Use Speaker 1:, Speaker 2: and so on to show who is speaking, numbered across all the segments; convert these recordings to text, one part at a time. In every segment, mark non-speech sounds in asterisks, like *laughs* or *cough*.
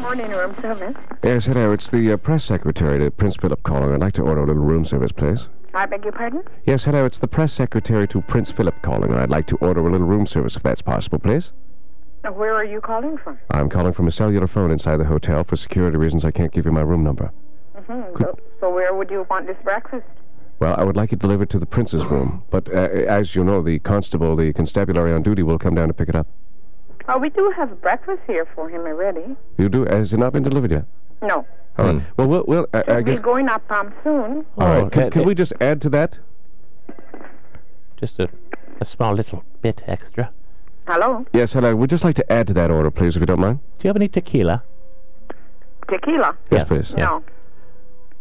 Speaker 1: Morning, room service.
Speaker 2: Yes, hello. It's the uh, press secretary to Prince Philip calling. I'd like to order a little room service, please.
Speaker 1: I beg your pardon?
Speaker 2: Yes, hello. It's the press secretary to Prince Philip calling. I'd like to order a little room service, if that's possible, please.
Speaker 1: Now, Uh, Where are you calling from?
Speaker 2: I'm calling from a cellular phone inside the hotel. For security reasons, I can't give you my room number.
Speaker 1: Hmm, so, so where would you want this breakfast?
Speaker 2: Well, I would like it delivered to the prince's room, but uh, as you know, the constable, the constabulary on duty, will come down to pick it up.
Speaker 1: Oh, we do have breakfast here for him already.
Speaker 2: You do? uh, Has it not been delivered yet?
Speaker 1: No.
Speaker 2: All right. Well, we'll. we'll uh, I
Speaker 1: He's
Speaker 2: guess.
Speaker 1: going up um, soon.
Speaker 2: All right.
Speaker 3: Oh,
Speaker 2: Can,
Speaker 3: that-
Speaker 2: can we just add to that?
Speaker 3: Just a, a small little bit extra.
Speaker 1: Hello?
Speaker 2: Yes, hello. We'd just like to add to that order, please, if you don't mind.
Speaker 3: Do you have any tequila?
Speaker 1: Tequila?
Speaker 2: Yes, please.
Speaker 3: Yeah.
Speaker 1: No,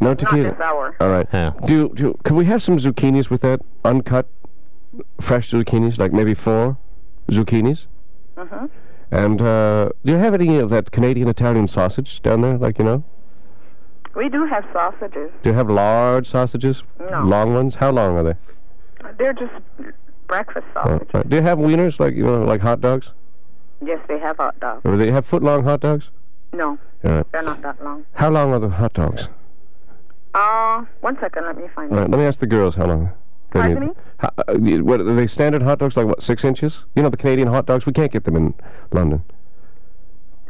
Speaker 2: No
Speaker 1: not
Speaker 2: tequila.
Speaker 1: this hour.
Speaker 2: All right.
Speaker 3: Yeah.
Speaker 2: Do, you- do you- can we have some zucchinis with that? Uncut, fresh zucchinis, like maybe four zucchinis.
Speaker 1: Mhm.
Speaker 2: And uh, do you have any of that Canadian Italian sausage down there? Like you know,
Speaker 1: We do have sausages.
Speaker 2: do you have large sausages?
Speaker 1: No.
Speaker 2: Long ones? How long are they?
Speaker 1: Uh, They're just breakfast
Speaker 2: Uh,
Speaker 1: sausages.
Speaker 2: uh, do you have wieners? Like you know, like hot dogs?
Speaker 1: Yes, they have hot dogs.
Speaker 2: Or do they have foot long hot dogs?
Speaker 1: No,
Speaker 2: All right.
Speaker 1: they're not that long.
Speaker 2: How long are the hot dogs?
Speaker 1: Uh, one second, let me find
Speaker 2: All
Speaker 1: out.
Speaker 2: right. Let me ask the girls how long. They
Speaker 1: Pardon
Speaker 2: need.
Speaker 1: me?
Speaker 2: How, uh, y- what, are they standard hot dogs like what six inches? You know the Canadian hot dogs we can't get them in London.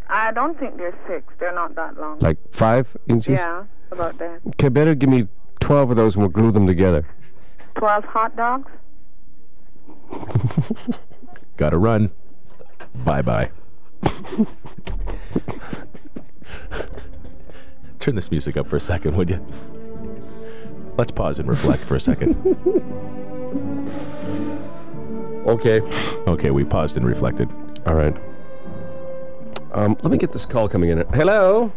Speaker 1: I don't think they're six. They're not that long.
Speaker 2: Like five inches.
Speaker 1: Yeah, about that.
Speaker 2: Okay, better give me 12 of those and we'll glue them together.
Speaker 1: Twelve hot dogs?
Speaker 4: Gotta run. Bye bye. Turn this music up for a second, would you? Let's pause and reflect for a *laughs* second.
Speaker 2: Okay.
Speaker 4: Okay, we paused and reflected.
Speaker 2: All right. Um, let me get this call coming in. Hello?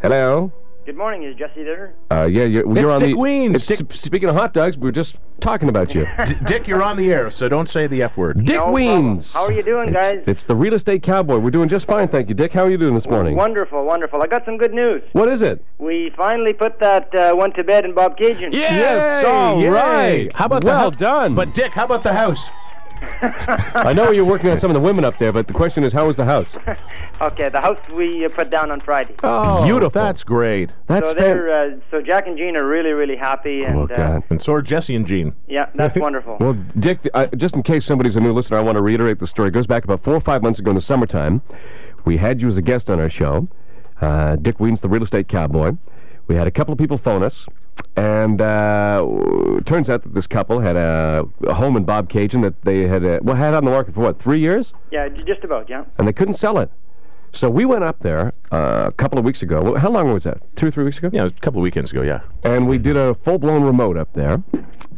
Speaker 2: Hello?
Speaker 5: Good morning. Is Jesse there?
Speaker 2: Uh, yeah, you're, well, you're on
Speaker 4: Dick
Speaker 2: the.
Speaker 4: Weens.
Speaker 2: It's Dick- speaking of hot dogs, we were just talking about
Speaker 5: *laughs*
Speaker 2: you.
Speaker 4: D- Dick, you're on the air, so don't say the F word.
Speaker 2: Dick
Speaker 5: No problem.
Speaker 2: Weens.
Speaker 5: How are you doing,
Speaker 2: It's-
Speaker 5: guys?
Speaker 2: It's, the real estate cowboy. We're doing just fine, thank you, Dick. How are you doing this morning?
Speaker 5: Wonderful, wonderful. I got some good news.
Speaker 2: What is it?
Speaker 5: We finally put that uh, one to bed in Bob Cajun.
Speaker 2: Yes, all
Speaker 4: Yay!
Speaker 2: right.
Speaker 4: How about the
Speaker 2: well
Speaker 4: hou-
Speaker 2: done?
Speaker 4: But Dick, how about the house?
Speaker 2: I know you're working on some of the women up there, but the question is, how is the
Speaker 5: *laughs*
Speaker 2: house?
Speaker 5: Okay, the house we uh, put down on Friday.
Speaker 4: Oh,
Speaker 2: Beautiful.
Speaker 4: That's great.
Speaker 2: That's
Speaker 5: so
Speaker 2: fair.
Speaker 5: they're uh, so Jack and Jean are really really happy and
Speaker 2: oh
Speaker 5: uh,
Speaker 2: God.
Speaker 4: And so are Jesse and Gene.
Speaker 5: yeah,
Speaker 2: *laughs*
Speaker 5: that's wonderful.
Speaker 2: Well, Dick, uh, just in case somebody's a new listener, I want to reiterate the story. It goes back about four or five months ago in the summertime. We had you as a guest on our show, uh, Dick Weens, the real estate cowboy. We had a couple of people phone us, and uh, w- turns out that this couple had a, a home in Bob Cajun that they had uh, well had on the market for what three years,
Speaker 5: Yeah, j- just about. Yeah.
Speaker 2: and they couldn't sell it. So we went up there uh, a couple of weeks ago. Well, How long was that? Two or three weeks ago?
Speaker 4: Yeah, a couple of weekends ago, yeah.
Speaker 2: and we did a full blown remote up there,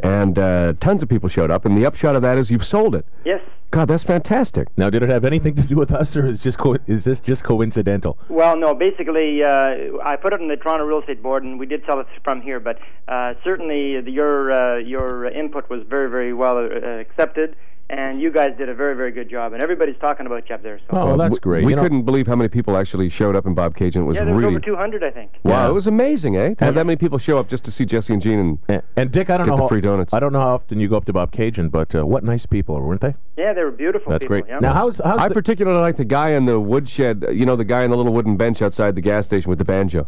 Speaker 2: and uh, tons of people showed up. And the upshot of that is you've sold it.
Speaker 5: Yes.
Speaker 2: God, that's fantastic.
Speaker 4: Now, did it have anything to do with us, or is just co- is this just coincidental?
Speaker 5: Well, no. Basically, uh, I put it on the Toronto Real Estate Board, and we did sell it from here. But uh, certainly, the, your uh, your input was very very well uh, accepted, and you guys did a very very good job. And everybody's talking about you up there. So.
Speaker 4: Oh, that's
Speaker 2: Uh, we,
Speaker 4: great.
Speaker 2: We
Speaker 4: You know-
Speaker 2: couldn't believe how many people actually showed up in Bob Cajun. It was
Speaker 5: Yeah, there was
Speaker 2: really
Speaker 5: over 200, I think.
Speaker 2: wow.
Speaker 4: Yeah.
Speaker 2: It was amazing, eh? To have that many people show up just to see Jesse and Gene. And
Speaker 4: And, and Dick, I don't
Speaker 2: Get
Speaker 4: know
Speaker 2: the
Speaker 4: how,
Speaker 2: free donuts.
Speaker 4: I don't know how often you go up to Bob Cajun, but uh, what nice people weren't they?
Speaker 5: Yeah, they were beautiful.
Speaker 4: That's
Speaker 5: people,
Speaker 4: great.
Speaker 5: Yeah.
Speaker 4: Now, how's how's
Speaker 2: I
Speaker 4: the-
Speaker 2: particularly like the guy in the woodshed. uh, You know, the guy on the little wooden bench outside the gas station with the
Speaker 4: *laughs*
Speaker 2: banjo.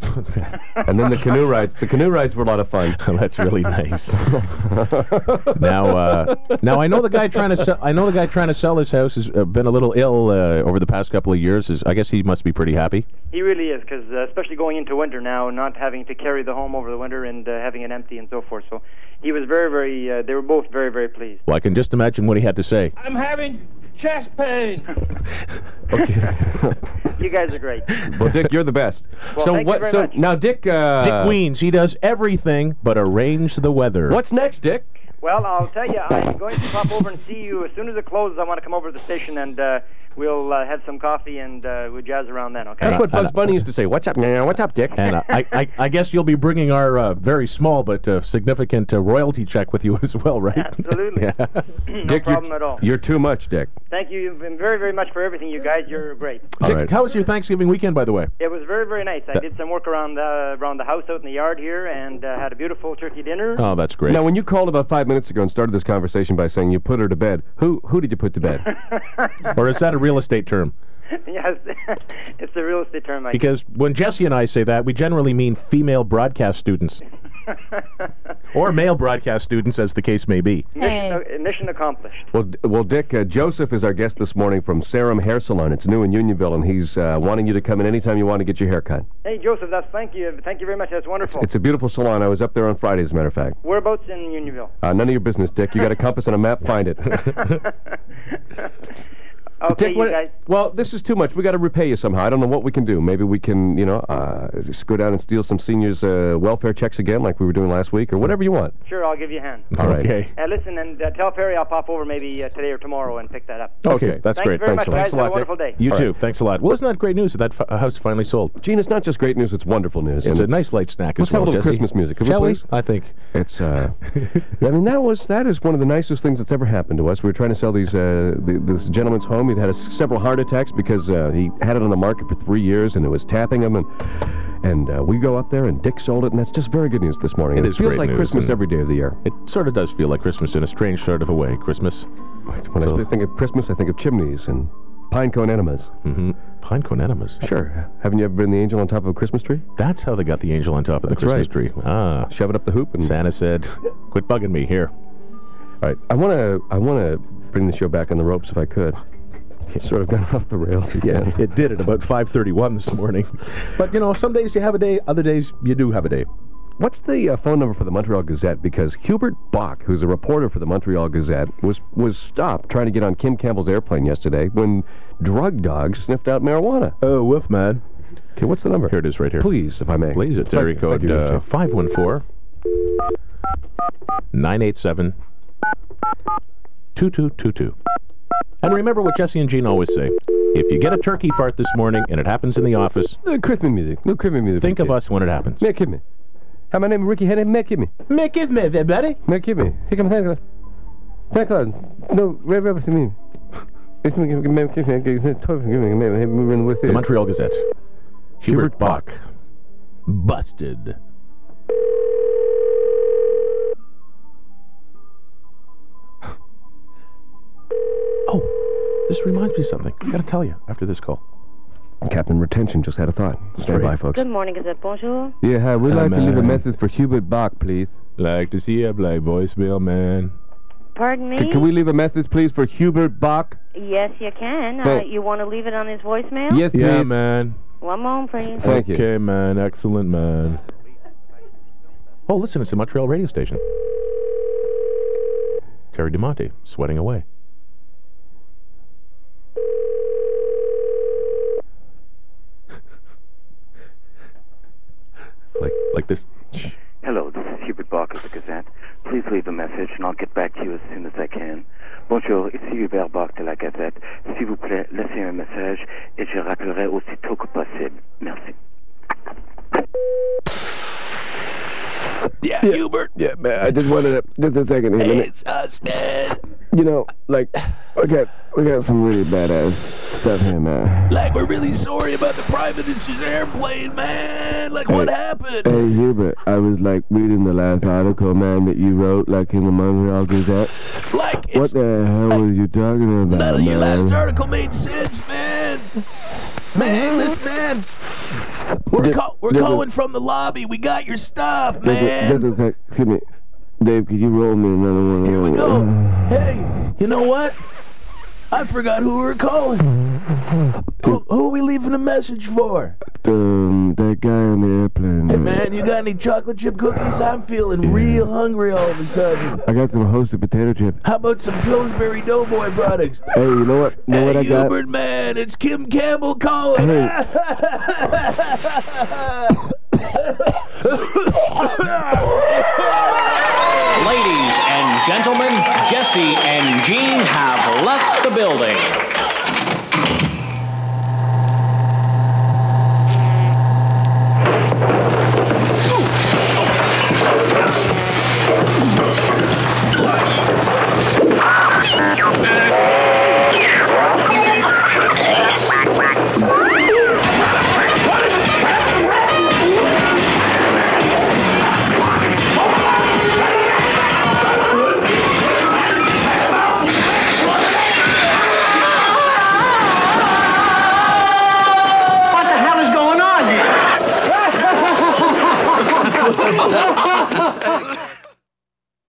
Speaker 2: and then the canoe rides. The canoe rides were a lot of fun.
Speaker 4: that's
Speaker 3: *laughs*
Speaker 4: really
Speaker 2: *laughs*
Speaker 4: nice. *laughs* now, uh, now I know the guy trying to sell. I know the guy trying to sell his house has uh, been a little ill uh, over the past couple of years. Is I guess he must be pretty happy.
Speaker 5: He really is, because uh, especially going into winter now, not having to carry the home over the winter and uh, having it empty and so forth. So he was very, very, uh, they were both very, very pleased.
Speaker 4: Well, I can just imagine what he had to say.
Speaker 6: I'm having chest
Speaker 4: *laughs*
Speaker 6: pain.
Speaker 2: *laughs*
Speaker 5: You guys
Speaker 4: *laughs*
Speaker 5: are great. Dick
Speaker 2: Well, Dick, you're the best. so
Speaker 5: thank you
Speaker 2: what?
Speaker 5: very
Speaker 2: so
Speaker 5: much.
Speaker 2: now, Dick. Uh,
Speaker 4: Dick Weens, he does everything but arrange the weather.
Speaker 2: What's next, Dick?
Speaker 5: Well, I'll tell you, I'm going to pop over and see you as soon as it closes. I want to come over to the station and uh, We'll uh, have some coffee and uh, we'll jazz around then. Okay.
Speaker 4: *laughs*
Speaker 2: That's what
Speaker 4: I-
Speaker 2: Bugs Bunny used to say. What's up, now? What's up, Dick?
Speaker 4: And uh, I, I, I guess you'll be bringing our uh, very small but uh, significant uh, royalty check with you *laughs* as well, right?
Speaker 5: Absolutely.
Speaker 4: yeah.
Speaker 5: *laughs* no
Speaker 2: Dick, you're-
Speaker 5: problem at all.
Speaker 2: You're too much, Dick.
Speaker 5: Thank you very, very much for everything, you guys. You're great.
Speaker 2: All
Speaker 4: Dick,
Speaker 2: right.
Speaker 4: how was your Thanksgiving weekend, by the way?
Speaker 5: It was very, very nice. I did some work around the, around the house out in the yard here and uh, had a beautiful turkey dinner.
Speaker 4: Oh, that's great.
Speaker 2: Now, when you called about five minutes ago and started this conversation by saying you put her to bed, who who did you put to
Speaker 5: *laughs*
Speaker 2: bed?
Speaker 4: or is that a real estate term?
Speaker 5: yes, *laughs* it's a real estate term. I
Speaker 4: Because when Jesse and I say that, we generally mean female
Speaker 2: *laughs*
Speaker 4: broadcast students. or male broadcast students, as the case may be.
Speaker 5: mission, uh, mission accomplished.
Speaker 2: well, D- well, Dick uh, Joseph is our guest this morning from Serum Hair Salon. It's new in Unionville, and he's uh, wanting you to come in anytime you want to get your hair cut.
Speaker 5: Hey, Joseph, that's thank you. Thank you very much. That's wonderful.
Speaker 2: It's a beautiful salon. I was up there on Friday, as a matter of fact.
Speaker 5: Whereabouts in Unionville?
Speaker 2: Uh, none of your business, Dick. You got a compass and a map. Find
Speaker 5: *laughs*
Speaker 2: it.
Speaker 5: Okay,
Speaker 2: Dick,
Speaker 5: you
Speaker 2: what-
Speaker 5: guys.
Speaker 2: well, this is too much. We got to repay you somehow. I don't know what we can do. Maybe we can, you know, uh, just go down and steal some seniors' uh, welfare checks again, like we were doing last week, or whatever you want.
Speaker 5: Sure, I'll give you a hand.
Speaker 2: All right.
Speaker 4: Okay.
Speaker 5: Uh, listen, and uh, tell Perry I'll pop over maybe uh, today or tomorrow and pick that up.
Speaker 4: Okay,
Speaker 2: Okay.
Speaker 4: that's
Speaker 5: Thank you
Speaker 4: great. Thanks
Speaker 5: very much,
Speaker 4: a lot.
Speaker 5: guys. Have a wonderful day.
Speaker 4: You
Speaker 2: All
Speaker 4: too.
Speaker 2: right.
Speaker 4: Thanks a lot. Well, isn't that great news that that f- house finally sold?
Speaker 2: Gene, it's not just great news; it's wonderful news.
Speaker 4: It's
Speaker 2: and
Speaker 4: a nice light snack
Speaker 2: Let's
Speaker 4: as
Speaker 2: have a
Speaker 4: well.
Speaker 2: little
Speaker 4: Jesse.
Speaker 2: Christmas music, could we
Speaker 4: Shall
Speaker 2: please?
Speaker 4: I think.
Speaker 2: It's. Uh, *laughs* I mean, that was that is one of the nicest things that's ever happened to us. We were trying to sell these uh, the, this gentleman's home. He'd had a, several heart attacks because uh, he had it on the market for three years, and it was tapping him. And and uh, we go up there, and Dick sold it, and that's just very good news this morning.
Speaker 4: It
Speaker 2: and
Speaker 4: is
Speaker 2: feels
Speaker 4: great
Speaker 2: like
Speaker 4: news,
Speaker 2: Christmas
Speaker 4: and-
Speaker 2: every day of the year.
Speaker 4: It sort of does feel like Christmas in a strange sort of a way. Christmas.
Speaker 2: When
Speaker 4: So-
Speaker 2: I think of Christmas, I think of chimneys and pine cone enemas.
Speaker 4: Mm-hmm. Pine cone enemas.
Speaker 2: Sure. Haven't you ever been the angel on top of a Christmas tree?
Speaker 4: That's how they got the angel on top of the
Speaker 2: That's
Speaker 4: Christmas
Speaker 2: right.
Speaker 4: tree. Ah.
Speaker 2: Shove it up the hoop and.
Speaker 4: Santa said, "Quit bugging me here."
Speaker 2: All right. I want to I want to bring the show back on the ropes if I
Speaker 4: *laughs*
Speaker 2: could. It's sort of gone *laughs* off the rails again.
Speaker 4: It did at about 5:31 this morning. But you know, some days you have a day, other days you do have a day.
Speaker 2: What's the uh, phone number for the Montreal Gazette? Because Hubert Bach, who's a reporter for the Montreal Gazette, was was stopped trying to get on Kim Campbell's airplane yesterday when drug dogs sniffed out marijuana.
Speaker 4: Oh, woof, man.
Speaker 2: Okay, what's the number?
Speaker 4: Here it is, right here.
Speaker 2: Please, if I may.
Speaker 4: Please, it's
Speaker 2: Thank
Speaker 4: area
Speaker 2: you, thank
Speaker 4: code
Speaker 2: you,
Speaker 4: uh,
Speaker 2: Jeff.
Speaker 4: 514 987 2222. And remember what Jesse and Gene always say if you get a turkey fart this morning and it happens in the office,
Speaker 2: Uh, Christmas music. No Christmas music.
Speaker 4: think of us when it happens.
Speaker 2: Make me. Hi, my name is Ricky Henry. Make me.
Speaker 4: Mick, give me, everybody.
Speaker 2: Make me. Here come thank you. Thank God. No, right over to me. It's me. Give me. Give me. Give me. Give me. Moving with
Speaker 4: The
Speaker 2: it.
Speaker 4: Montreal Gazette. Hubert Bach. Busted. *gasps* Oh, this reminds me of something. I gotta tell you after this call.
Speaker 2: Captain Retention just had a thought. Stand by, folks.
Speaker 7: Good morning, is it bonjour?
Speaker 2: Yeah, hi. We'd like to leave a
Speaker 4: Amen.
Speaker 2: message for Hubert Bach, please.
Speaker 4: Like to see a black voicemail, man.
Speaker 7: Pardon me?
Speaker 2: C- Can we leave a message, please, for Hubert Bach?
Speaker 7: Yes, you can. Uh,
Speaker 2: Thank-
Speaker 7: you want to leave it on his voicemail?
Speaker 2: Yes, please.
Speaker 4: Yeah, man.
Speaker 7: One moment, please.
Speaker 2: Thank you.
Speaker 4: Okay, man. Excellent, man. Oh, listen, it's the Montreal radio station. Terry DeMonte, sweating away. *laughs* like, like this.
Speaker 8: Hello, this is Hubert Bach of the Gazette. Please leave a message and I'll get back to you as soon as I can. Bonjour, ici Hubert Bach de la Gazette. S'il vous plaît, laissez un message et je rappellerai aussitôt que possible. Merci.
Speaker 2: Yeah, Hubert. Yeah, man. I just wanted to just a second. Hey, it's us, man. You know, like we got we got some really badass stuff here, man. Like we're really sorry about the private issues airplane, man. Like what happened? Hey, Hubert. I was like reading the last article, man, that you wrote, like in the Montreal Gazette. Like what the hell were you talking about, man? your last article made sense, man. Man, listen, man. We're, we're calling from the lobby. We got your stuff, man. Just a sec. Excuse me. Dave, could you roll me another one? Here we go.
Speaker 9: You know what? I forgot who we were calling. Who, who are we leaving a message for?
Speaker 2: um, that guy on the airplane. uh,
Speaker 9: Man, you got any chocolate chip cookies? I'm feeling real hungry all of a sudden.
Speaker 2: I got some hosted potato chips.
Speaker 9: How about some Pillsbury Doughboy products?
Speaker 2: Hey, you know what? You know what
Speaker 9: hey,
Speaker 2: I got?
Speaker 9: Hubert, man, it's Kim Campbell calling.
Speaker 10: Ladies and gentlemen, Jesse and Gene have left the building.